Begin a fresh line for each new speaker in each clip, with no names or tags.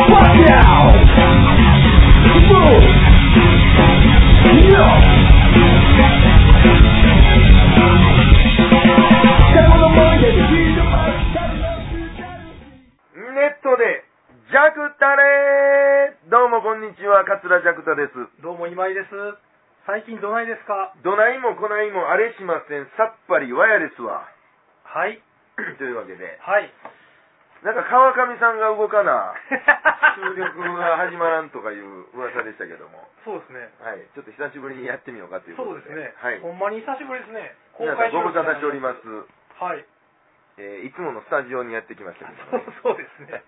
now. Boom. Yeah. Step on the mic and hear the mic. Got it up, you got it.
ネットで、ジャクタレーどうもこんにちは、桂ジャクタです。
どうも今井です。最近どないですか
どないもこないもあれしません、さっぱりワイヤレスは。
はい。
というわけで、
はい。
なんか川上さんが動かな、収録が始まらんとかいう噂でしたけども、
そうですね。
はい、ちょっと久しぶりにやってみようかという
そう
こと
で
で。
すね。
はい。
ほんまに久しぶりですね。
皆さんご無沙汰しており
ま
ます。
す。はい。
えーいつものスタジオにやってきましたけど、ね。
そうですね。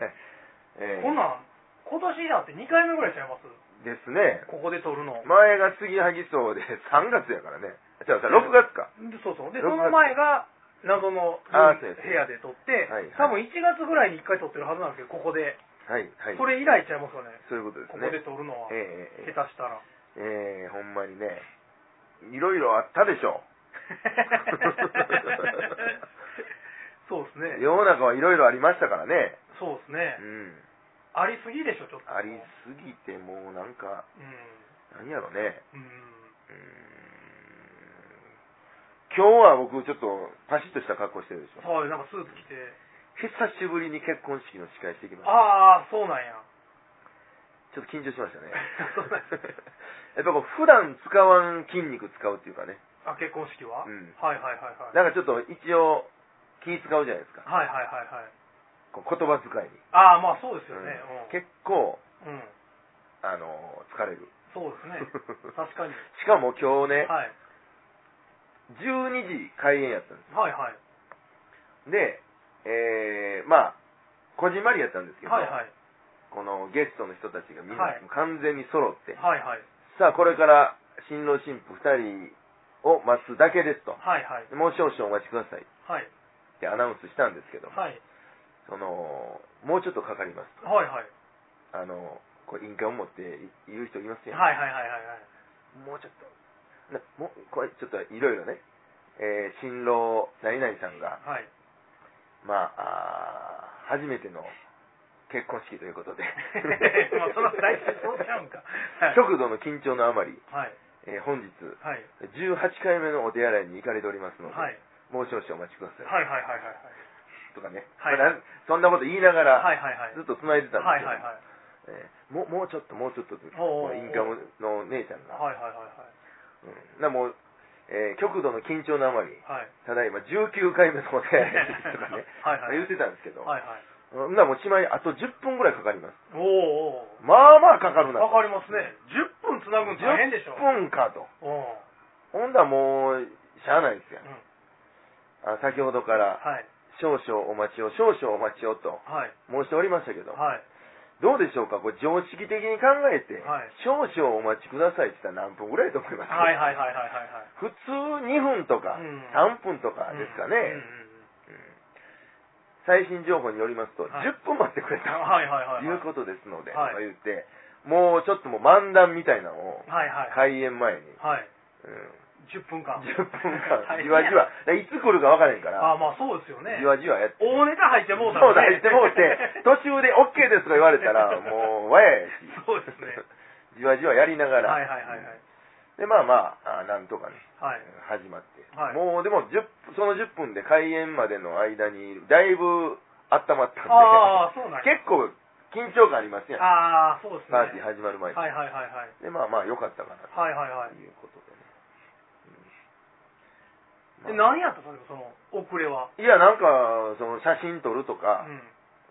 えー
こんなん、今年なんて2回目ぐらいちゃいます
ですね。
ここで撮るの。
前が杉萩荘で3月やからね。じゃあ6月か。
でそうそう。で、
録
そ
画
の前が、謎の
あー
部
そうです
屋で撮って
はいはい、
多分1月ぐらいに1回撮ってるはずなんですけど、ここで。
はい、はい。
それ以来ちゃいますよね。
そういうことです
こ
ね。
こで撮るのは。
え
下手
ー
したら。
えーえーほんまにね、いろいろあったでしょ
そうで
う。
すね。
世の中はいろいろありましたからね。
そうですね。
うん。
ありすぎでしょ、ちょっと。
ありすぎてもうなんか、
う
何やろね。
ん。うん。
うーん今日は僕ちょっとパシッとした格好してるでしょ。
そう、なんかスーツ着て。
久しぶりに結婚式の司会してきました。
ああ、そうなんや。
ちょっと緊張しましたね
そうなんです。
やっぱこう普段使わん筋肉使うっていうかね。
あ、結婚式は、
うん
はいはいはいはい。
なんかちょっと一応気使うじゃないですか。
はいはいはいはい。
こう言葉遣いに。
ああ、まあそうですよね。
うん
うん。
結構、
うん。
あのー疲れる。
そうです ね。確かに。
しかも今日ね、
はい。
12時開演やったんで
はいはい。
す。で、えー、まあ、こじんまりやったんですけど、
はいはい。
このゲストの人たちがみんな
はい
完全に揃って、
はいはい。
さあこれから新郎新婦2人を待つだけですと、
はいはい。
もう少々お待ちくださいっ
はい。
てアナウンスしたんですけども、
はい。
その、もうちょっとかかりますと。
はいはい。
あの、これ、印鑑を持って言う人いますよ、
はいはいはいはいはい。
もうちょっと。なもうこれ、ちょっといろいろね、えー新郎、何々さんが、
はい。。
まああー初めての結婚式ということで
まあそれは大体そうちゃうんかはい
極度の緊張のあまり、
はい。
えー本日、
はい。
18回目のお手洗いに行かれておりますので、
はい。
もう少々お待ちください。
はいはいはいはいはい。
とかね、
はい
まあなんそんなこと言いながら、
はいはいはい。
ずっと繋いでたん
はい
ですけど、
はいはい。
えーもうもうちょっと、もうちょっとと、
おー
インカムの姉ちゃんが、
はいはいはい
うん、なもう、えー極度の緊張のあまり、
はい。はい。
ただいま19回目のお手洗いですとかね
はいはい
言ってたんですけど、
はいはい。
うんなもうしまいあと10分ぐらいかかります。
おーおー。
まあまあかかるな。
わかりますね。10分つなぐの大変でしょ。
10分かと。
うん。うん。
ほんだらもう、しゃあないですよ。あ先ほどから、
はい。
少々お待ちを、少々お待ちをと
はい。
申しておりましたけど、
はい。
どうでしょうかこれ常識的に考えて、
はい
少々お待ちくださいって言ったら何分ぐらいと思います
はいはいはいはいはい。
普通2分とか
うん
3分とかですかね、
うんうん
最新情報によりますと、
はい
10分待ってくれた
うん はいはいはいはい。
ということですので、
はい
とか言って、もうちょっともう漫談みたいなのを、
はいはい。はい。
開演前に、
10分間。
うん、10分間、
大変や
じわじわ、だからいつ来るか分からへんから、
あまあそうですよね。
じわじわやって、
大ネタ入ってもうた、
そうだ、言ってもうて 途中で OK ですとか言われたら、もう、わややし、
そうですね。
じわじわやりながら、
はいはいはいはい。
で、まあまあ、あなんとかね、
はい。
始まって、
はい
もうでも10、その10分で開演までの間に、だいぶ温まったんで、
ああ、そうなんや。
結構緊張感ありますやん、
ああ、そうですね。
パーティー始まる前に。
はいはいはいはい。
で、まあまあ、良かったかな
はいはいはい
と。いうことでね。
え、何やったそれその、遅れは。
いや、なんか、その写真撮ると
う
か、
ん。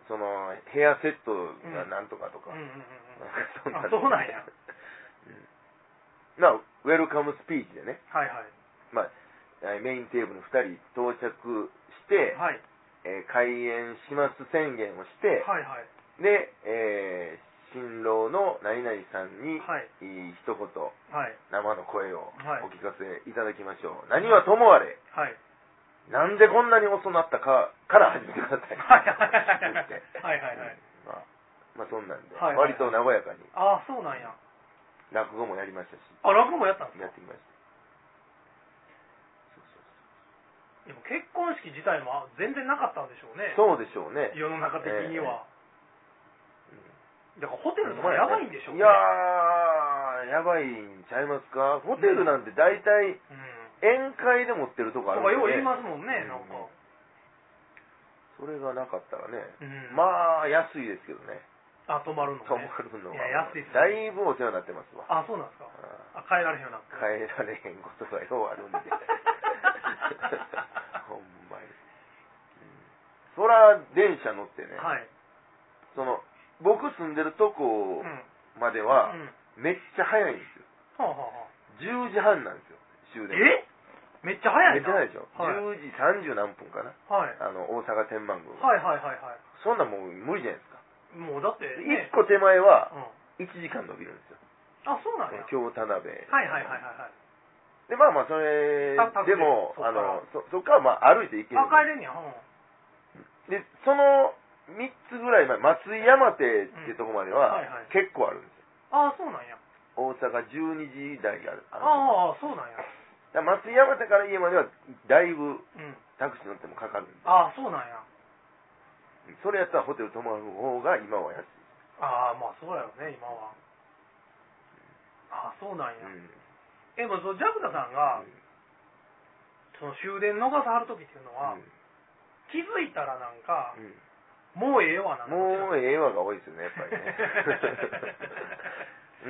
そのヘアセットがなんとかと
う
か、
んうんうん
なんか
う
そん
あそうなんや
うんなウェルカムスピーチでね、
ん。はいはい。
まあ、えーメインテーブルの2人到着して、
はい。
えー開演します宣言をして、
はいはい。
で、えー新郎の何々さんに、
はい
いい一言
はい。
生の声を
はい
お聞かせいただきましょう、何はともあれ
はい。
なんでこんなに遅なったかから始めてください
はいはい
言って
はいはいはい
まあ、まあそんなんで、
はいはいはい
割と和やかに
ああ、そうなんや。
落語もやりましたし
あ、落語もやったんです
や
か
ってきましたそう
でも結婚式自体も全然なかったんでしょうね。
そうそうそうでしょうね
世の中的には。だからホテルとかやばいんでしょう
い
ね
やー、やばいんちゃいますかホテルなんて大体
うん
宴会で持ってるとこあ
と
る
かよう言い
ね。
ますもんね、なんか。
それがなかったらね。
うん。
まあ、安いですけどね。
あ、泊まるの、ね。
泊まるのは。
いや安いですね
だいぶお世話になってますわ。
あ、そうなんですか。あ、帰られへんようになって。
帰られへんことがようあ るんで。ほんまに。うんそら、電車乗ってね、
はい。
その、僕住んでると
う
こ
ん。うん。
までは、
は
めっちゃ早いんですよ。
あ、はあはあ、
10時半なんですよ、終電。
えめっちゃ早
めっ
いな。
ちゃ早いでしょ、
はい。はい。
10時30何分かな
はい
あの大阪天満宮、
はいはいは
そんなんもう無理じゃないですか、
い。もうだって、ね。
1個手前は
うん。
1時間伸びるんですよ
あ、そうなんや。はい
京田辺
はいはいはいはい。
でまあまあそれ
あタクシ
で
ー
も
そっ
あ
から
のそそっからまあ歩いて行ける
あ、帰れんねや。うん。
でその3つぐらい前松井山手ってとこまでは
うんはいはい
結構あるんです
あ、そうなんや。
よ、大阪12時台がある
あ
ある
あ、そうなんや。
だから松井山手から家まではだいぶ
うん。
タクシー乗ってもかかるんで
あ、そうなんや。
それやったらホテル泊まる方が今は安い、
ああ、まあそうやろね、今は。あ、そうなんや。
うん
え、もうそのジャクタさんが、
うん
その終電逃さはる時っていうのは、気づいたらなんか、
うんうん
もうええわな。
も
う、
うええわが多いですよね、やっぱりね。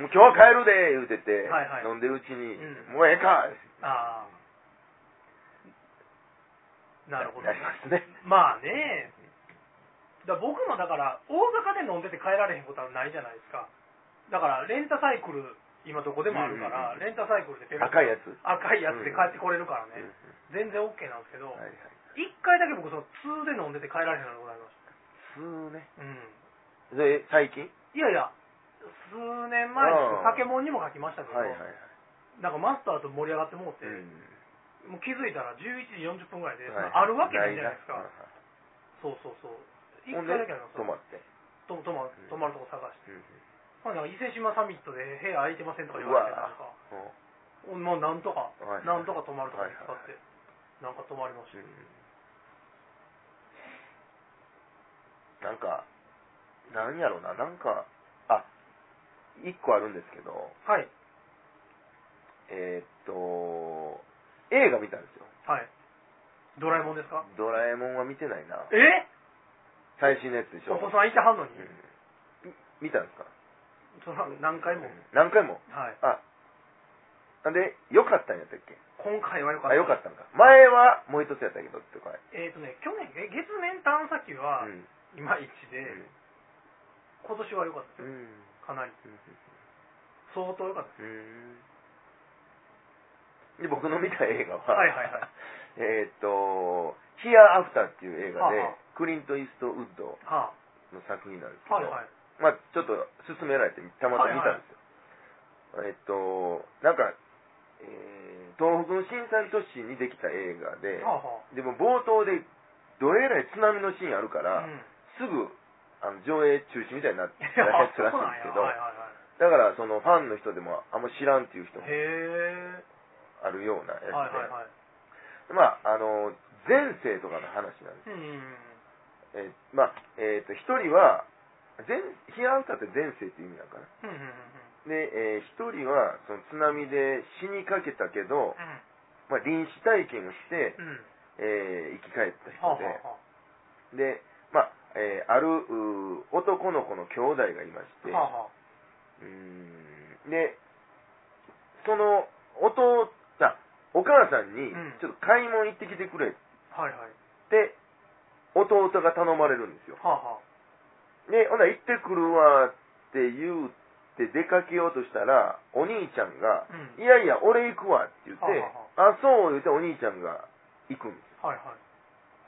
もう今日は帰るで言うてて、
はいはい
飲んでるうちに、
うん
もうええか
ああ。なるほど
な。ります ね。
まあね。だ僕もだから、大阪で飲んでて帰られへんことはないじゃないですか。だから、レンタサイクル、今どこでもあるから、
うんうんうん
レンタサイクルでペロッ
赤いやつ。
赤いやつで帰ってこれるから
うん
ね。全然 OK なんですけど、
はいはい。
一回だけ僕、その2で飲んでて帰られへんのがございまし
普通ね。
た。うん。
で、最近
いやいや、数年前です
ああ
けど、酒もんにも書きましたけど、
はいはいはい。
なんかマスターと盛り上がってもうて、
うん
もう気づいたら11時40分ぐらいで、
はい
あるわけないじゃないですか
な。
そうそうそう。一
ほん
回
で
だけありま、す
泊まって。
と泊ま泊まるとこ探して。
うん
ほんでなんか伊勢志摩サミットで部屋空いてませんとか言われて、
うわ
なんか、もうなんとか、
はい
なんとか泊まるとか使
はい
って、なんか泊まりまし
う
た。
んなんか、なんやろな、なんか、あ、一個あるんですけど、
はい、
えーっと、映画見たんですよ。
はい。ドラえもんですか
ドラえもんは見てないな。
え
最新のやつでし
お
ょ。
子さんいてはんのに、
うんみ見たんですか
そら何回も。
何回も。
はい。
あ、なんで、良かったんやったっけ
今回は良か
あ、
った。
良かったんか。前はもう一つやったけどってこれ。
えっ、とね、去年、え月面探査機は
うん。
いまいちで、今年は良かった
う
ですよ、
ん。
かなり。相当良かったで
うん。で、僕の見た映画
す。
は、
はいはいは
え
い。
ーっと、ヒアアフターっていう映画で
はあはあ、
クリント・イーストウッド
は
の作品なんですけ
あ、
ど、
はいはい。
まあちょっと勧められて、たまたま見たんですよ。えっと、なんか、えー東北の震災都市にできた映画で、
はあは
でも冒頭でどれらい津波のシーンあるから、
あ。うん。
すぐあの上映中止みたいになったや
あ
つ
そう
らしいん
なん
です
や。
けど、
はいはいは
だからそのファンの人でもあんま知らんっていう人も
い。へ
あるようなやつ
え。
で、
はいはいはい。
まああの前世とかの話なんです
うんうんうん。
えーまあえっ、と一人は前批判歌って前世って意味なのかな
うんうんうんうん。
で、えー一人はその津波で死にかけたけど、まあ、臨死体験をして、
うん。うん。
えー生き返った
はあは
人で、で、まあ、えーあるうー男の子の兄弟がいまして、
あはあ。はあはあ。
うーんで、その弟、あお母さんに
うん、
ちょっと買い物行ってきてくれっ
はいはい。
て、弟が頼まれるんですよ。
はあは
で、ほな、行ってくるわって言うて出かけようとしたら、お兄ちゃんが
あ。、うん。
いやいや、俺行くわって言って、
は
あ、そう言うてお兄ちゃんが行くんです。
はいはい。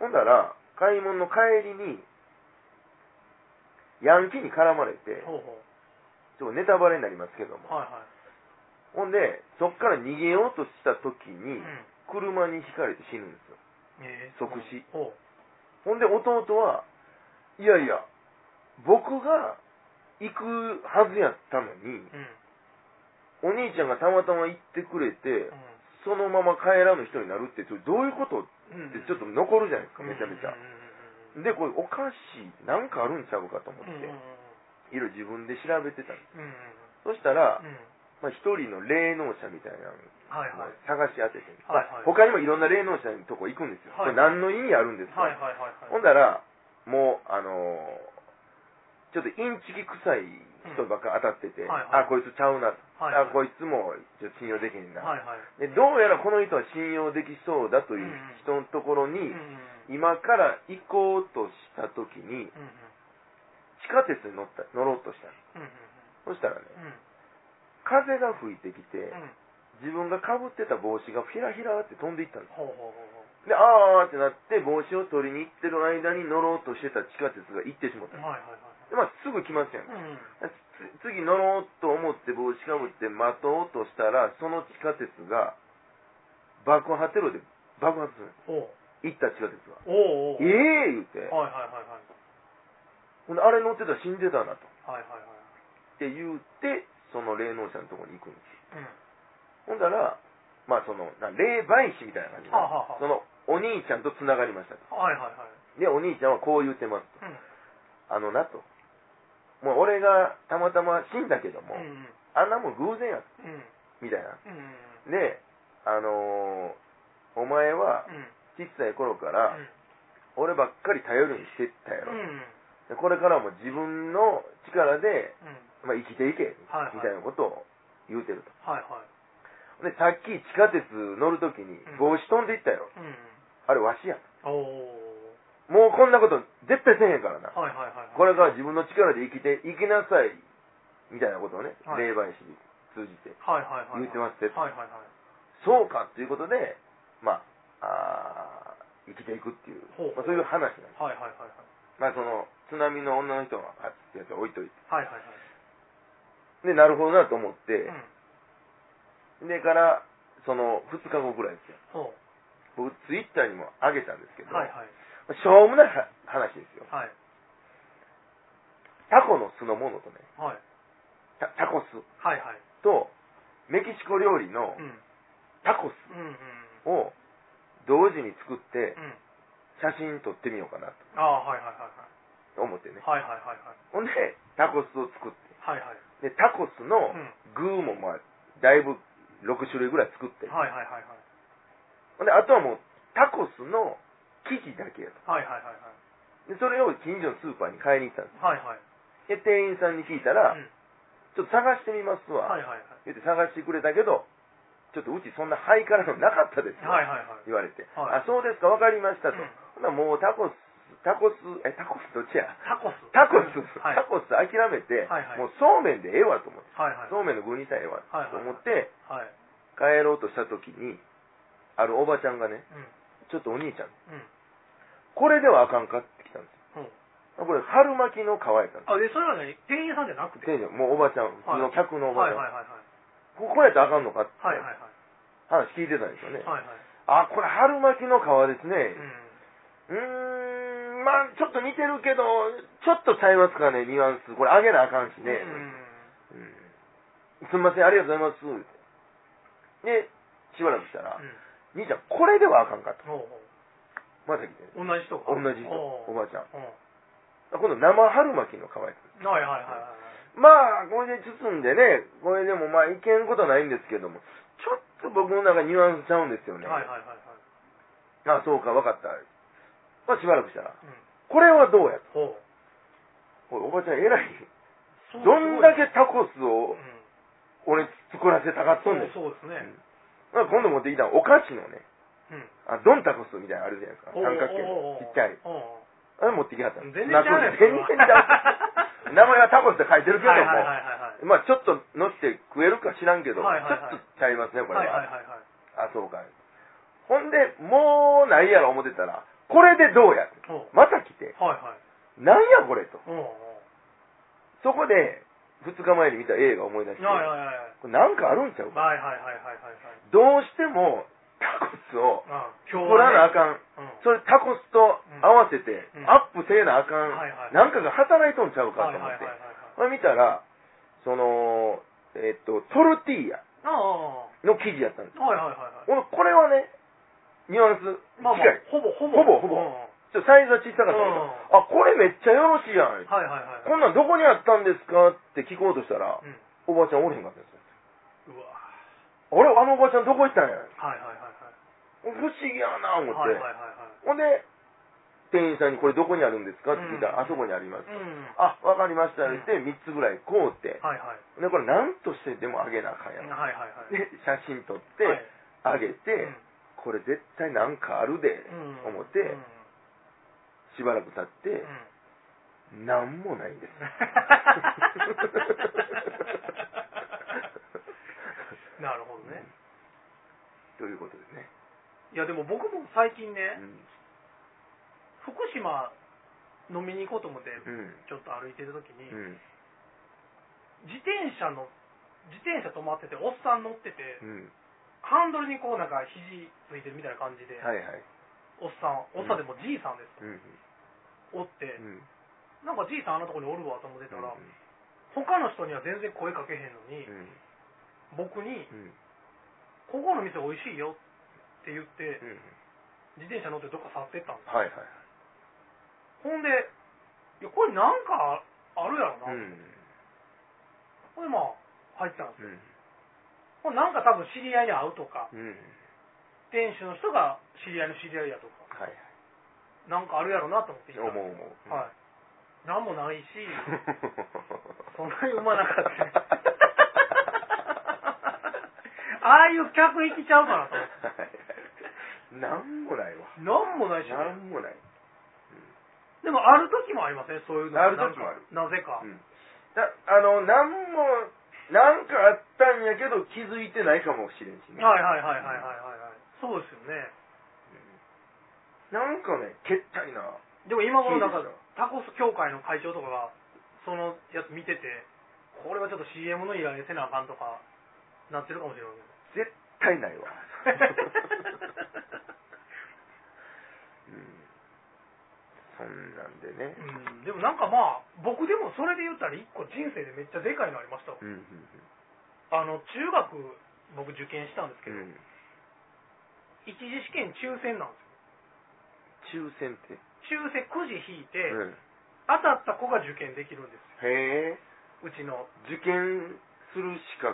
ほんだら、買い物の帰りに、ヤンキーに絡まれて、
ほうほ
ちょっとネタバレになりますけど
う。
も。
はいは
ほんで、そっから逃げようとした時
い。う
に、
ん。
車にひかれて死ぬんですよ。
ええ。
即死
ほ
ほんで、弟は、いやいや、僕が行くはずやったのに、お
う。うん。
兄ちゃんがたまたま行ってくれて
う、ん
そのまま帰らぬ人になるって、それどういうことっ
うんうん。
てちょっと残るじゃないですか、
うん
めちゃめちゃ
う。んうんうんうん
で、これおかしい、なんかあるんちゃうかと思っ
うんうん
て、
うん
色々自分で調べてたの
うんうん
そしたら
う、ん
まあ、一人の霊能者みたいなの
はい
を
はい
探し当てて、
はいはい
他にもいろんな霊能者のとこ行くんですよ、こ
はい
れ何の意味あるんですか、
はいはいはいはい
ほんだらもうあのーちょっとインチキ臭い人ばっか当たってて、
うんはいはい
あこいつちゃうな、
はい
あこいつもちょっと信用できへんな、
はいは
で
い
どうやらこの人は信用できそうだという人のところ
うん
に
うんうん
今から行こうとした時に
うんうん
地下鉄に乗った乗ろうとした
うんう
のそ
ん
したらね
うん
風が吹いてきて
うん
自分がかぶってた帽子がひらひらって飛んでいったんです
ほうほうほうほ
であーってなって帽子を取りに行ってる間に乗ろうとしてた地下鉄が行ってしまっ
う
たんです
はいはい
で、まあ、すぐ来ますやん
はいうんうん
つ次乗ろうと思って帽子かぶって待とうとしたらその地下鉄が爆破テロで爆発するんです
ほう
行った地下鉄が
おうおう
ええ言うて、
はいはいはいはい
ほんであれ乗ってたら死んでたなと。
はいはいはい
って言うて、その霊能者のところに行くんですよ。ほ
うん
んだら、まあその、な霊媒師みたいな感じで、
はあはあはあ
そのお兄ちゃんと繋がりましたと。
はいはいはい
で、お兄ちゃんはこう言ってますと。
うん
あのなと。もう俺がたまたま死んだけども、
うんうん
あんなもん偶然や、
うん
みたいな。
うんうん
で、あのーお前は
う
小
ん
さい頃から俺ばっかり頼りにしてったや
う
ろ
んう。んうん
でこれからも自分の力で、
う
まあ、
ん
生きていけ、
はいは
み
い
たいなことを言うてると。
はいは
で、さっき地下鉄乗るときに
ん
帽子飛んでいったよ。
いうんうん
あれわしや。
おお
もうこんなこと絶対せえへんからな。
はいはいはいはい
これから自分の力で生きていきなさい。みたいなことをね、
はい
霊媒師に通じて。
はいはいはいは
言
い
ってますって
はいはいはい
そうかっていうことで、まあ、あー生きていくっていう、
ほう
まあ、そういう話なんです。
はいはいはいはい
まあその、津波の女の人の話ってやつは置いとい
はいはいはい
て。で、なるほどなと思っ
う
て、
ん
でから、その2日後ぐらいですよ。
ほ
僕、ツイッターにも上げたんですけど、
うはいはい
まあしょうもないは話ですよ。
はい
タコの酢のものとね、
はい
タタコス
はいはい
とメキシコ料理の
うん
タコス
うんうん
を同時に作って
うん
写真撮ってみようかな
ああはいはいは
と
い
思ってね。
はいはいはいはい
ほんで、タコスを作っ
はいはいはい
て。で、タコスの
うん
具もまあ、だいぶ6種類ぐらい作って。
はいはいはいはい
ほんで、あとはもうタコスの生地だけやと。
はいはいはいはい
で、それを近所のスーパーに買いに行ったんで
はいはい
す。で、店員さんに聞いたら、
うん
ちょっと探してみますわ。
はいはいはい
言って探してくれたけど、ちょっとうちそんなハイカラのなかったですよ。
はいはいはい
言われて、
は
あ、
い
そうですか、わかりましたと。
うん
ほなもうタコス、タコス、え、タコスどっちや
タコス
タコス、
はい
タコス諦めて、
はいはい
もうそうめんでええわと思って、
はいはい
そうめんの具にしたらええわ
はいはい
と思って、
はい
帰ろうとした時に、あるおばちゃんがね、ちょっとお兄ちゃん、
うんうん
これではあかんかってきたんです
ほう
よ。これ、春巻きの皮やったんで
あでそれはね店員さんじゃなく
す
て
店長、もうおばちゃん、普通の客のおば
はい
ち
はい
ゃん、
はいはい
ここやったらあかんのかって
はいはい
話聞いてたんですよね。
はいはい
あ、これ春巻きの皮です
う
ね。
ん
うーん、まあちょっと似てるけど、ちょっとちゃいますかね、ニュアンス。これあげなあかんしね。うんすみません、ありがとうございます。で、しばらくしたら、
う
兄ちゃん、これではあかんかと。
んうんほうほう
また来てね。
同じ人が
同じ人、お
お
ばあちゃん。
ううん
あ今度、生春巻きの皮やった
はいはいはいはい
まあ、これで包んでね、これでもまあ、いけんことはないんですけども、ちょっと僕の中ニュアンスちゃうんですよね。
はいはいはいはいはい
あ、そうか、わかった。まあ、しばらくしたら、
うん
これはどうやと。
ほう
おいおばちゃん、偉い。
そう
どんだけタコスを
うん
俺作らせたかっとんねん。
そうそうですね
まあ今度持ってきたのお菓子のね、
うん
あドンタコスみたいなのあるじゃないですか。三角形
おうおうおうお
の
う
ちっちゃい。
おうおう
あれ持ってきはったの
全然ちゃうやん
全然ちゃう 名前はタコスって書いてるけど
はい
も、
はいはいはいはい
まあちょっと乗って食えるか知らんけど、
はいはいはい
ちょっとちゃいますね、これ
はいはい
は。
はいはい
あ、そうか。ほんで、もうないやろ思ってたら、これでどうや
ほう
また来て、
はいはい
なんやこれと。
おうおう
そこで、2日前に見た映画思い出して、
はいはいはいはい
これなんかあるんちゃうか
はいはいはいはいはいはい
どうしても、タコスを
あ今日
取らなあ
はね
かん。
うん
それタコスと合わせて
う、ん
アップせえなあかん、
はいはい
なんかが働いとんちゃうか
はい
と
は
思
いは
っ
いはい
て。
はい
これ見たら、その、えっと、トルティーヤ
ああ
の生地やったんです。
はいはいはいはい
俺、これはね、ニュアンス近い。
まあまあほぼほ
ほ
ぼ
ぼほぼ
うん
ちょっとサイズは小さかったけ
うん
ど、あ、これめっちゃよろしいやん。
はいはいはい。
こんなんどこにあったんですかって聞こうとしたら、
うん
おばあちゃんおれへんかったんですよ。
うわ
あれあのおばあちゃんどこ行ったんや
はいはいはいはい。
不思議やな思って。
はいはいはい
ほんで、店員さんにこれどこにあるんですかって聞いたら、
うん
あそこにあります。
はい。うん。
あ、わかりました。って3つぐらい買うて、
はいはい。
で、これ何としてでもあげなあかんや
はい
ん。
はいはい。
で、写真撮っ
は
て
い、
あげて、これ絶対なんかあるで、
うん
思って
うん
しばらく経って
う、 ん
なんもないんです。
なるほどね。
ということですね。
いやでも僕も最近
う
ね、
ん
福島飲みに行こうと思って、
うん。
ちょっと歩いてる時に、
うん。
自転車の、自転車止まってて、おっさん乗ってて、
うん。
ハンドルにこうなんか肘ついてるみたいな感じで、
はいはい。
おっさん、おっさんでもじいさんです
うん。
よ、おって、
うん。
なんかじいさんあんなとこにおるわと思ってたら、
うん
他の人には全然声かけへんのに、
うん。
僕
う
に、
ん。
ここの店美味しいよって言って
う、ん。
自転車乗ってどっか去ってったんです
はいは
よ
い。
ほんで、いや、これなんかあるやろ
うん。
な。ほんでまあ、入ったんです
うん。
よ。ほんでなんか多分知り合いに会うとか、
うん。
店主の人が知り合いの知り合いやとか、
はいはい。
なんかあるやろなと思って行
思
った
う
んで
思う。
す。はい。なんもないし、
そ
そんなにうまなかった ねああいう客行きちゃうかなと思って。
なんもないわ。
なんもないし、
なんもない。
でもある時もありません、ね、そういうの
ある時もある
なんかなぜか。
うんだあの、なんも、なんかあったんやけど気づいてないかもしれんしね。
はいはいはいはいはいはいはい。そうですよね。
なんかね、けったいな。
でも今頃なん
いい
か
ですよ
タコス協会の会長とかがそのやつ見てて、これはちょっと CM の依頼せなあかんとかなってるかもしれない。
絶対ない わ。うんそんなんでね。
うん、でもなんかまあ僕でもそれで言ったら一個人生でめっちゃでかいのありましたわ
うんうん
あの中学僕受験したんで
う
すけど、
ん。
一次試験抽選なんです
抽選って。
よ抽選くじ引いて、
うん。
当たった子が受験できるんです
へえ。
ようちの
受験する資格。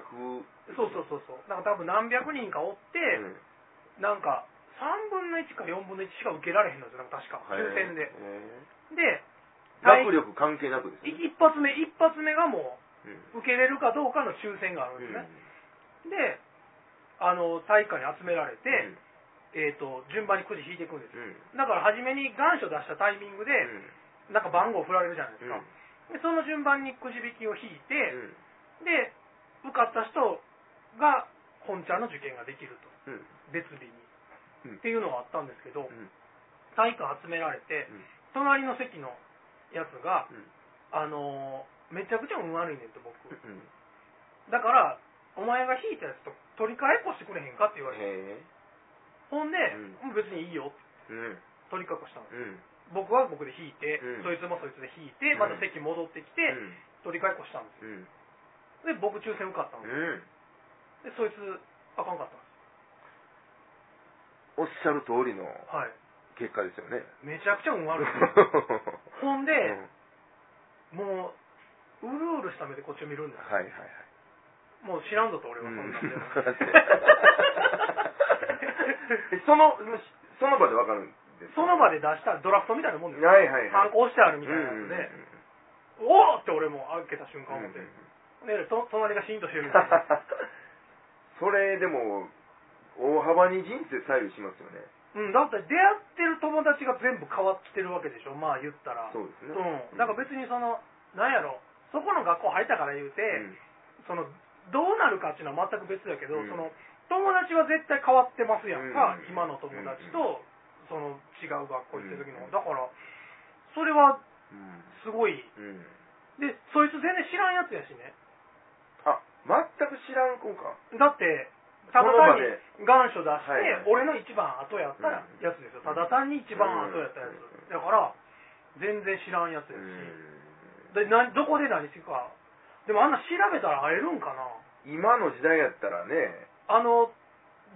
そうそうそうそうなんか多分何百人かおって、
うん。
なんか3分の1か4分の1しか受けられへんのじゃなく確か抽
へ
選で
え
で
学力関係なくですね。
一発目一発目がも
うん
う受けれるかどうかの抽選があるんですね、であの体育館に集められて、えー、と順番にくじ引いていくんです
うん、うん
だから初めに願書出したタイミングで、なんか番号振られるじゃないですか、でその順番にくじ引きを引いて、で受かった人が本ちゃんの受験ができると
うんうん
別日に、
うん
っていうのがあったんですけ
う
ど、
ん
体育館集められて、
うん
隣の席のやつが、
うん
あのーめちゃくちゃ運悪いねんと僕
うん
だからお前が引いたやつと取り替えっこしてくれへんかって言われて、
へ
ほんで、
う
別にいいよっ
え
て
うん
取り替えっこしたの
うん
僕は僕で引いて、
うん
そいつもそいつで引いて
うん
また席戻ってきて、取り替えっこしたんで
うんうん
すで僕抽選受かったの、
う
で
ん
そいつあかんかったんです
おっしゃる通りの
はい
結果ですよね。
めちゃくちゃ運悪いほんで、
うん
もううるうるした目でこっちを見るんです
はいはいはい。
もう知らんぞと俺は
う
そん
ん
なん で、
そのその場でわかるんです
そ
か
の場で出したドラフトみたいなもんですよ
はいはいはい
参。考してあるみたいなやつで、おおって俺も開けた瞬間
うんうんう
思
ん
って、でと隣がシーンとしてるみ たいな
それでも大幅に人生左右しますよね。
うんだって出会ってる友達が全部変わってるわけでしょまあ言ったら
そうですね。
うん、だから別にその、なんやろ、そこの学校入ったから言うて、そのどうなるかっていうのは全く別だけど、
うん
その友達は絶対変わってますやんか、
うん
今の友達と、その違う学校行ってる時の、
うん
だから、それは
うん
すごい、
うんうん
で、そいつ全然知らんやつやしね、
あ、全く知らん子か。
だって、ただ
その場
単
で
に願書出して、
はいはい
俺の一番後やったら
うん
やつですよ、ただ単に一番後やったやつ、
うん
だから、全然知らんやつ
う
やし。
ん
でなどこで何してるかでもあんな調べたら会えるんかな
今の時代やったらね、
あの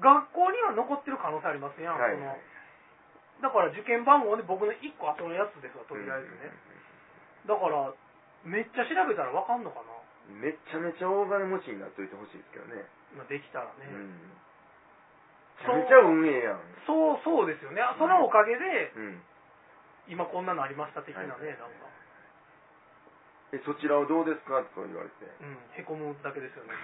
学校には残ってる可能性ありますやん、
はい
そのだから受験番号で僕の1個後のやつですわとりあえずね、だからめっちゃ調べたらわかんのかな、
うんめちゃめちゃ大金持ちになっといてほしいですけどね。
まあ、できたら
う
ね、
ん。めちゃめちゃ運営やん。
そうそうですよねあそのおかげで
うん。
今こんなのありました的なね、なんか、
え、そちらはどうですかとか言われて、
うん、へこむだけですよね、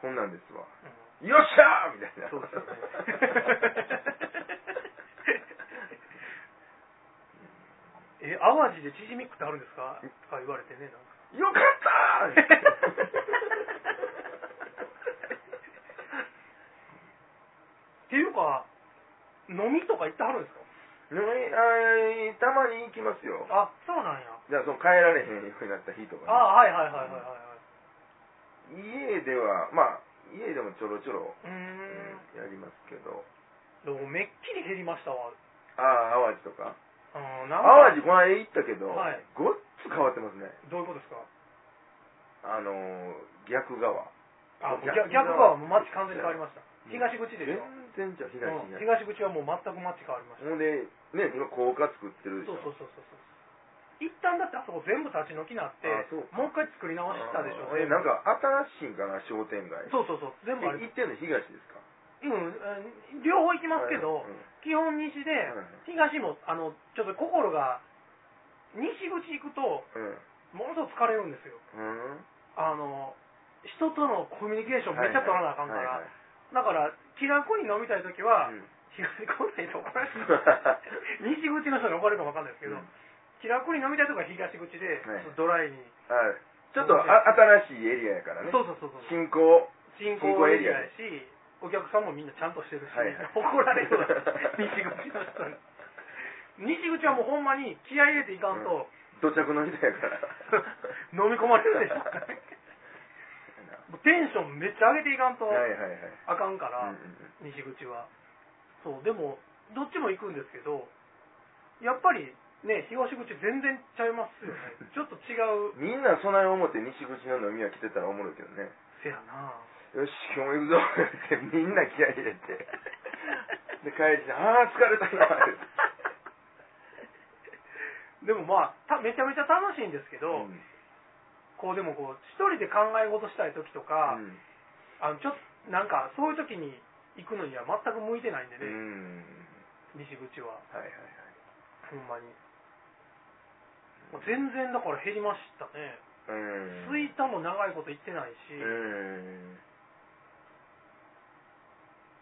こんなんですわ。
うん
よっしゃーみたいな。
そうですよね え淡路でチヂミ食ってあるんですかとか言われて ねなんか
よかったー
っていうか飲みとか行ってはるんです
飲みあーたまに行きますよ。
かあそうなんや
じゃあ、その帰られへんようになった日とか、ね、
あはいはいはいはいはいはい
家では、まあ、家でもちょろちょろ、
うーん
うんやりますけど。
でもめっきり減りましたわ
ああ、淡路とか。
うんなんか
淡路、この間行ったけど、
はい
ごっつ変わってますね。
どういうことですか
あのー、逆側。
あ逆
逆
逆側はもう街完全に変わりました東口でしょ
全然じゃあ東
うん
東。
東口はもう全く街変わりました
ほんで、ね、今、高架作ってるでし
そう
ょ。
そうそうそうそう一旦だってあそこ全部立ち退きになって
あそうか
もう一回作り直したでしょ
あーえ、なんか、新しいんかな、商店街。
そうそうそう全部あ
え
れ
行ってんの東ですか
うんうん両方行きますけど、
はいうん
基本西で、
はい
東もあのちょっと心が西口行くとものすごく疲れるんですよ
うん。うん。
あの人とのコミュニケーションめっちゃ取らなあかんから、
はいはい
だから気楽に飲みたい時は、
うん
東来ないと怒られる 西口の人に怒られるか分かんないですけど、
うん
気楽に飲みたい時は東口で、
はい
ドライに、
はいちょっとあ新しいエリアやからね。
そうそうそうそう
新興。
進行
行エ
エ
リ
リ
ア
アやしお客さんもみんなちゃんとしてるし、
はいはい
怒られるわ 西口の人に西口はもうほんまに気合い入れていかんと、
土着の人やから。
飲み込まれるでしょもうテンションめっちゃ上げていかんと
はいはいはい。
あかんか
うん
ら、西口はそうでもどっちも行くんですけどやっぱりね東口全然ちゃいますよね ちょっと違う
うんうんみんなそない思って西口の飲み屋来てたらおもろいけどね。
せやな
よし、今日も行くぞ ってみんな気合い入れて。で、帰って、ああ、疲れたなって。
でもまあためちゃめちゃ楽しいんですけ
う
ど、
ん
こうでもこう一人で考え事したい時とか、あのちょっとなんかそういう時に行くのには全く向いてないんで
うん。う
ね、
ん。
西口は
はいはいはい。
ほんまにもう全然だから減りましたね、
うん。
吹田も長いこと行ってないし、
うん。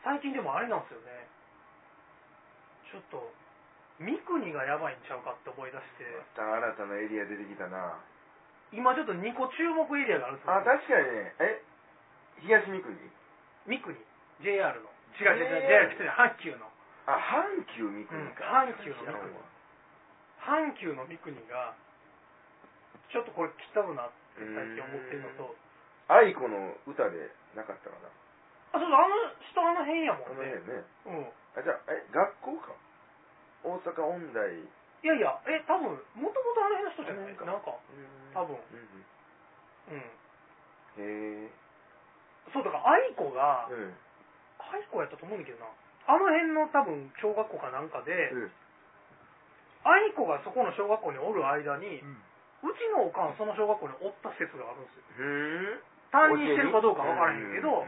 最近でもあれなんですよねちょっと三国がやばいんちゃうかって思い出して
また新たなエリア出てきたな。
今ちょっと2個注目エリアがあるんですよ
あ、確かにね。え東三国
三国 JR の違う違う違う JR じゃない阪急の
あ、阪急三国か。
うん阪急の三国阪急の三国がちょっとこれ来たるなって最近思ってるのと
アイコの歌でなかったかな。
あそうそうあの人あの辺やも
あ
ん
の辺ね。
ねうん
あ、じゃあ、え、学校か。大阪音大。
いやいやえ多分もともとあの辺の人じゃないなんか多分
うんうん。
う
へ
ん
え。
そうだから愛子が
うん。
愛子やったと思うんだけどなあの辺の多分小学校かなんかで
うん
愛子がそこの小学校におる間に
ん
うちのおかんその小学校におった説があるんですよ
ふーん。
担任してるかどうかわからへんけど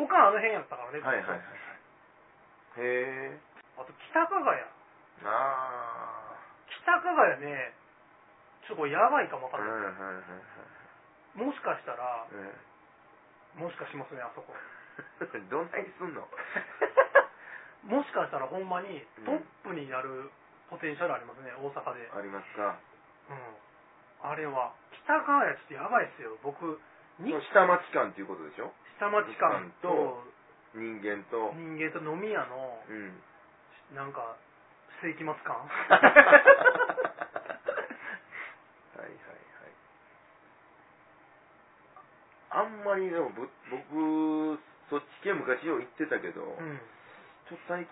うう
おかんあの辺やったから
うん
ね
はいはいはい。へえ。
あと北加賀屋
あ
北加賀屋ねちょっとこれやばいかもわ
あ。
か
うんん
ない、
はいはいはい。
もしかしたら
う
もしかしますねあそこ
ん。 どんなにす んの
もしかしたらほんまに
うん
トップになるポテンシャルありますね大阪で、
ありますか。
うん、あれは北川谷ちょっとやばいっすよ僕に
下町感っていうことでしょ
下町館と
人間と。
人間と飲み屋の
うん。
なんか世紀末感
はいはいはい。あんまりでもぶ僕、そっち系昔よう行ってたけど、
うん
ちょっと最
う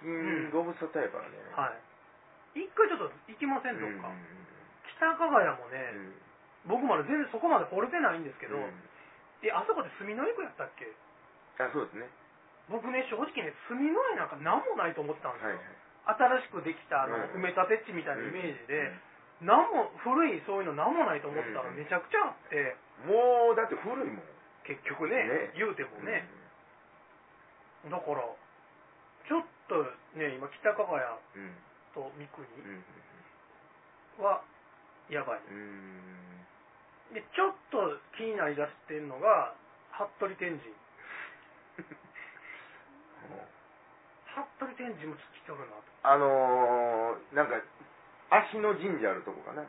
ん
近ご無沙汰やからね。
はい一回ちょっと行きません
う
ど
ん
っか、北加賀屋も
う
ね、
ん
僕まだ全然そこまで惚れてないんですけど、
うん
えあそこで住之江区やったっけ
あ、そうですね。
僕ね正直ね住之江なんか何もないと思ってたんです
はい
よ、
はい。
新しくできたあの
うん
埋め立て地みたいなイメージで、なんも古いそういうのなんもないと思ったら
うん
めちゃくちゃあって
もう、だって古いもん。
結局ね
ね
言うてもね、だからちょっとね今北加賀谷
うん。
と三国
うん。うん。
はやばい
うん。
でちょっと気になりだしてるのが服部 天神服部天神も来とるなと
あのー、なんか、足の神社あるとこかな。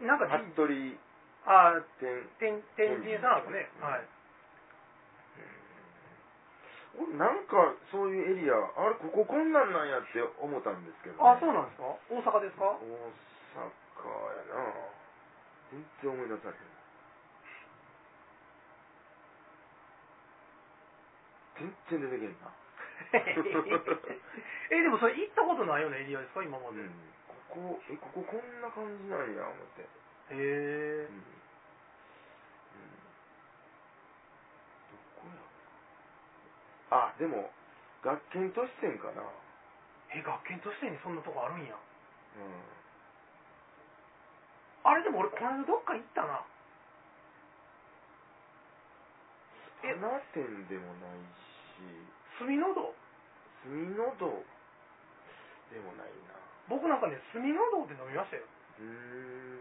なんか神
服部
あー
天。
天天神さんはね、
うん
はい、
俺なんか、そういうエリア、あれ、こここんなんなんやって思ったんですけど、
あそう
な
なんですか大阪で すか
大阪やな全然思い出されへん。全然出てけん な。
えでもそれ行ったことないようなエリアですか今ま
う
で、へ
ん。ここ、え、こここんな感じなんや、思って。
え
うんどこやあ、でも、学研都市線かな。う
え学研都市にそんなとこあるんや
ん。
あれでも俺この間どっか行ったなえ
花店でもないし、
隅の道
隅の堂でもないな。
僕なんかね隅の道で飲みましたよ
うー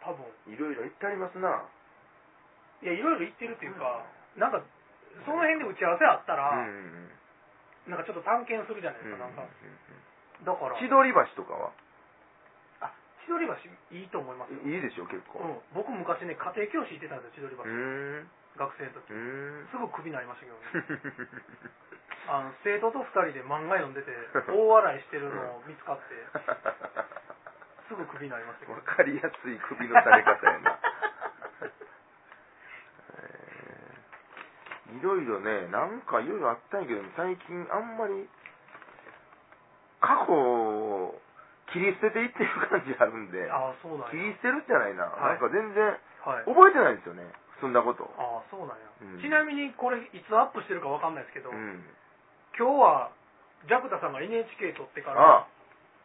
多分
ん。いろいろ行ってありますな。
いやいろいろ行ってるっていうか、なんかその辺で打ち合わせあった
う
ら、
ん
なんかちょっと探検するじゃないで
う
す
ん。
か、なんか
う
だ
う
から
ん千鳥橋とかは
あ千鳥橋いいと思いますよ、
いいでしょ、結
う
構。
ん、僕昔ね家庭教師行ってたんですよ千鳥
う
橋、
ーん。
学生の時
うーん。
す ぐクビになりましたけどねあの生徒と2人で漫画読 んでて大笑いしてるのを見つかってすぐクビになりましたけど
わかりやすい首の垂れ方や な。えーいろいろね、なんかいろいろあったんやけど、最近あんまり、過去を切り捨てていってる感じあるんで、
ああそうなん
切り
や
捨てるんじゃないな。
は
なん
い
か全然、
はい
覚えてないんですよね、そんなこと。
ああそうなんや、
うん
ちなみにこれいつアップしてるかわかんないですけど、
うん。
今日はジャクタさんが NHK 撮ってか
あ
ら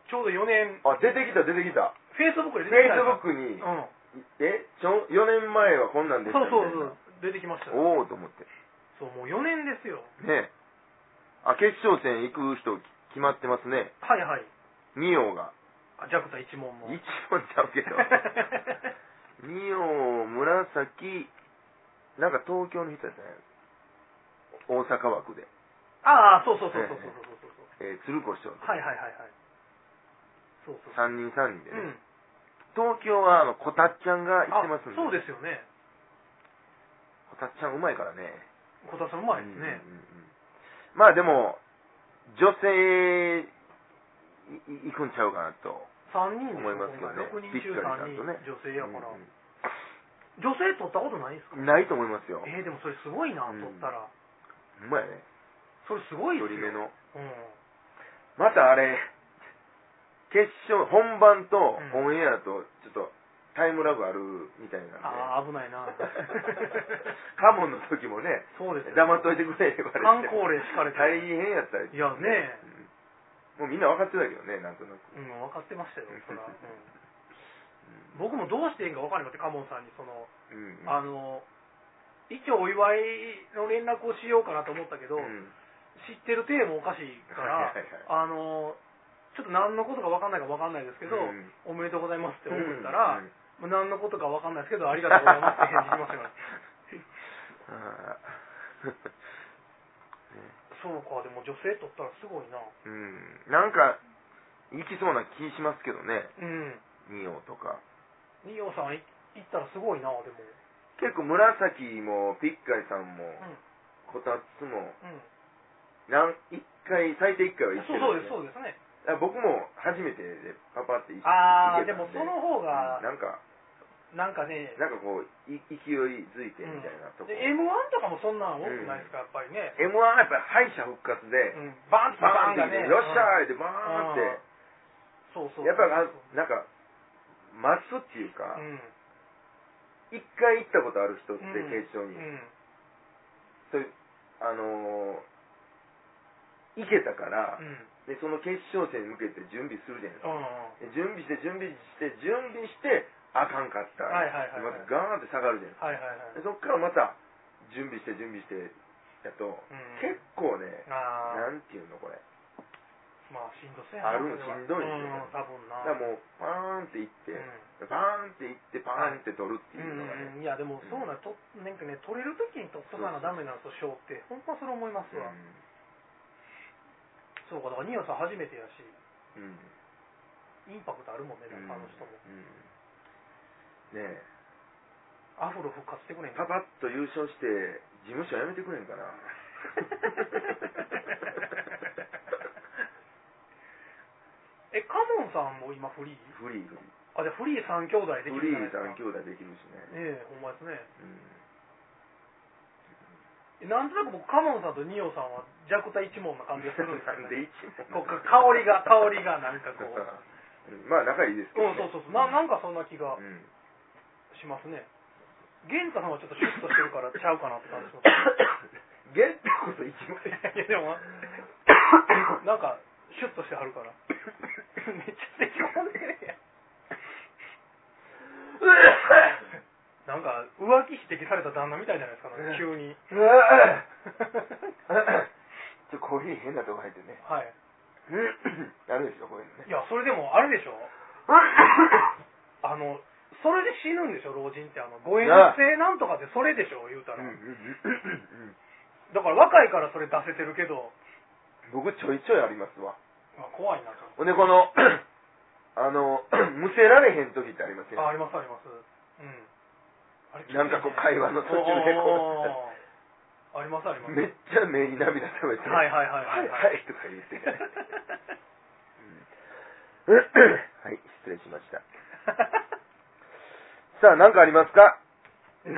ちょうど4年
あ、出てきた、出てきた。
フェイスブックで出てきたんです
Facebook に、
うん
え、ちょ、4年前はこんなんでした
そう
みたいな。
そうそう出てきましたよ
おおと思って。
そうもう4年ですよ
ねえ。あ、決勝戦行く人決まってますね。
はいはい
ミオが。
あジャクタ一問も
一問ちゃうけ ど。ミオ、紫、なんか東京の人やったね。大阪枠で。
ああそうそうそうそうそうそうそうそう
えー、鶴子師匠。
はいはいはいはいそうそう
3人3人で
う
ね。
ん
東京は、あの、こたっちゃんが行ってますんで。
あそうですよね
こたっちゃんうまいからね。
小田さんうまいですね
うんうんうんまあでも、女性、いい行くんちゃうかなと。
3人
思いますけどね
6
び
人中3人
っくりしたんですよね
女性やから
うん
女性取ったことないんですか
うんないと思いますよ。
えーでもそれすごいな
うん
取ったら
うまいね。
それすごい
一
です
人目
よ
の。
うん
またあれ、決勝、本番と
うん
オンエアと、ちょっとタイムラグあるみたいなんで。
ああ危ないな
カモンの時もね、
そうですよ
黙っといてくれって言われて。
観光令敷かれて
大変やったり。
いやね
うんもうみんな分かってたけどね、なんとなく。
うん分かってましたよそら、うん僕もどうしていいんか分かんなくてカモンさんにその
うん
あの一応お祝いの連絡をしようかなと思ったけど、
うん
知ってるテーマおかしいか
はい
ら、
はい
あのちょっと何のことか分かんないか分かんないですけど、
うん
おめでとうございますって思った
う
ら、
ん
もう何のことか分かんないですけどありがとうございますって返事しましたから
あー
そうかでも女性取ったらすごいなう
うん、なんか、行きそうな気しますけどね、
ん
ミオとか。
二葉さんい行ったらすごいなでも
結構紫もピッカイさんも、
うん
こたつも、
うん
なん一回、最低一回は行って
そう
る
そうんですそうですね
だから僕も初めてでパパって行って
ああ
行け
で
た
も
ん
その方が
うんなんか、
なんかね
なんかこう、い勢いづいてみたいなとこ。
で M1 とかもそんなん多くないですか、やっぱりね、
M1 はやっぱり敗者復活で、
うん、バーンって
バーンって
が
行って
ね
よっしゃーって、バーンって、
そうそう
やっぱあなんか、待つっていうか
う、ん、
一、回行ったことある人って
うん
決勝に、
うん
そういう、あのー、行けたから
う、ん
で、その決勝戦に向けて準備するじゃないですか。
うん
で準備して、準備して、準備して、あかんかった。
はいはいはいはい
またガーンって下がるじゃない
はいはいはい
ですか。でそっからまた、準備して、準備して、やと、
うん
結構ね、な
ああ
んていうのこれ。
まあしんどそうや
あるん
これは
しんどいですよ
うん多分
だ
な
からもう、パーンっていって、パーンっていって、パーンって取るっていうのがね。
うん、いやでもそうなとなんかね取れる時に取っとかなダメなんですよ賞って本当はそれ思いますわ、そうかだからニオさん初めてやし
うん。うん。
インパクトあるもんねなんかあの人も、
うん。ねえ。
アフロ復活してくれん
パ
か
パッと優勝して事務所辞めてくれんか な
えカモンさんも今フリー
フリーフ
あじゃあフリー3兄弟で
リー
き
フ
る
リ
じゃな
ー
いです
3兄
か
弟できるしね、
ええほんまですね
うん、
えなんとなく僕カモンさんとニオさんは弱体一門な感じがするんです
な
よ
ん で
ね
一
こうか香りが香りがなんかこう
うんまあ仲いいですけ
う
ど、
ん
ね、
そうそうそうななんかそんな気が
うん、うん
しますね玄太さんはちょっとシュッとしてるからちゃうかなって感じします
ゲットこそ一枚
いやでも なんかシュッとしてはるからめっちゃ咳込んでるやんなんか浮気指摘された旦那みたいじゃないですか、なんか急に
ちょコーヒー変なとこ入ってね
はい
うんあるでしょこういうのね
いやそれでもあれでしょあのそれで死ぬんでしょ老人ってあの誤嚥性なんとかってそれでしょ言うた
う
ら、
んうんうん
だから若いからそれ出せてるけど、
僕ちょいちょいありますわ
まあ、怖いなと
ほんでこのあのむせられへん時ってありません
あありますありますうんあれ
なんかこう会話の途中でこう
おーありますあります
めっちゃ目に涙ためて、
はいはいは
は
い
い
はい
はいとか言って、はい、失礼しました。 さあ、何かありますか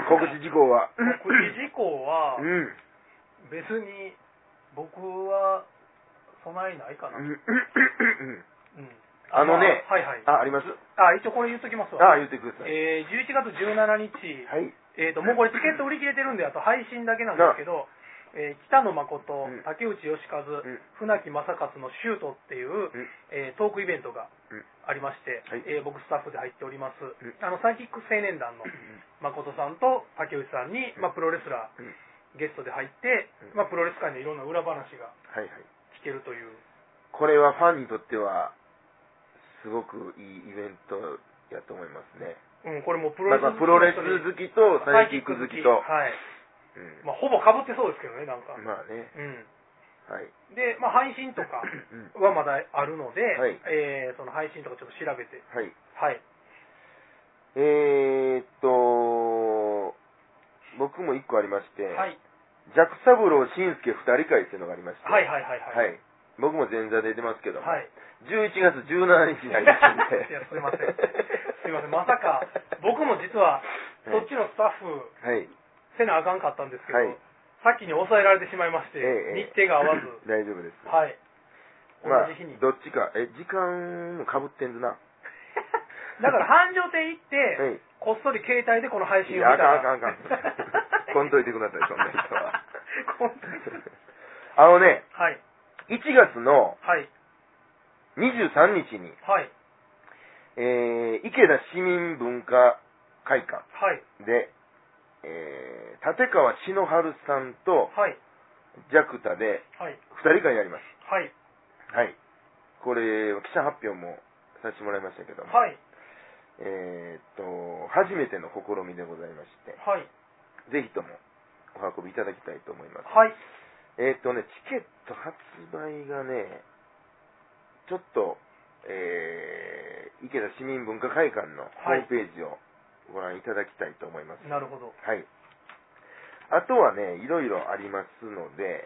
告知事項は。
告知事項は
うん。うん
別に僕は備えないかな、う
う
ん
んあのね
まあはいはい
あ、あります
あ一応これ言っときますわ
あ、言ってください。
えー、11月17日、
はい。
えー、ともうこれチケット売り切れてるんであと配信だけなんですけど、えー北野誠、
ん
竹内義和、
ん
船木正勝のシュートっていう、
ん
えートークイベントが
うん
ありまして、
はい
えー僕スタッフで入っております、
ん
あのサイキック青年団の誠さんと竹内さんに、まあ、プロレスラー、
うん
ゲストで入って、まあ、プロレス界のいろんな裏話が
はいはい。
聞けるという
これはファンにとっては、すごくいいイベントやと思いますね。
うん、これもうプロ
ま
レ
あ
ス、
まあプロレス好きとサイキック好きと。
はい
うん
まあ、ほぼかぶってそうですけどねなんか、
まあね。
うん
はい。
で、まあ、配信とか
うん
はまだあるので、
はい
えーその配信とかちょっと調べて、
はい。
はい、
えー、っと、僕も一個ありまして、
はい、
ジャクサブロー、シンスケ二人会っていうのがありまして、
はいはいはい
は
はい
い僕も前座で出てますけども、
はい。
11月17日にありますんで
いやすいませんすいませんまさか僕も実はそっちのスタッフ
はい。
せなあかんかったんですけど、
はい
さっきに抑えられてしまいまして、
ええ
日程が 合わず
大丈夫です。
はい同
まあ
じ日に、、
どっちか、え、時間もかぶってんずな。
だから繁盛店行って、
はい。
こっそり携帯でこの配信を
いや
見
あ
たら
かんあかんあかんこんといてくださいそんな人は
こんといてください
あのね、
はい
1月の
はい
23日に、
はい
えー、池田市民文化会館
はい
で、えー、立川篠春さんと
はい
ジャクタで
はい
2人会やります。
はい
はい。これ、記者発表もさせてもらいましたけども、
はい
えーっと、初めての試みでございまして、
はい
ぜひともお運びいただきたいと思います。
はい
えーっとね、チケット発売がね、ちょっと、えー、池田市民文化会館のホームページをご覧いただきたいと思います。
なるほど
はい。あとはね、いろいろありますので、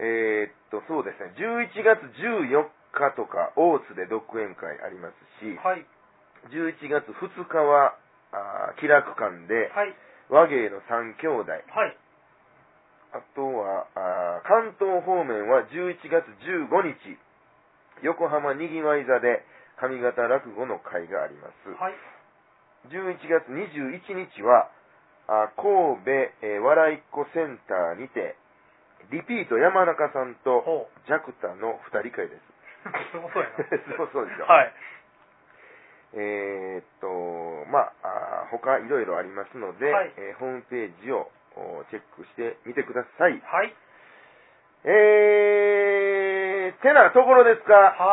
えーっと、そうですね、11月14日とか、大津で独演会ありますし、
はい
11月2日は、あー気楽館で、
はい
和芸の三兄弟、
はい
あとは、あー関東方面は11月15日、横浜にぎわい座で、上方落語の会があります。
はい
11月21日は、あ神戸、えー笑いっ子センターにて、リピート山中さんと
ほう
ジャクタの2人会です。
そうそうやな
そうそうでしょ
はい
えーっと、まあ、あー他いろいろありますので、
はい
えーホームページをおチェックしてみてください。
はい
えー、てなところですか。
は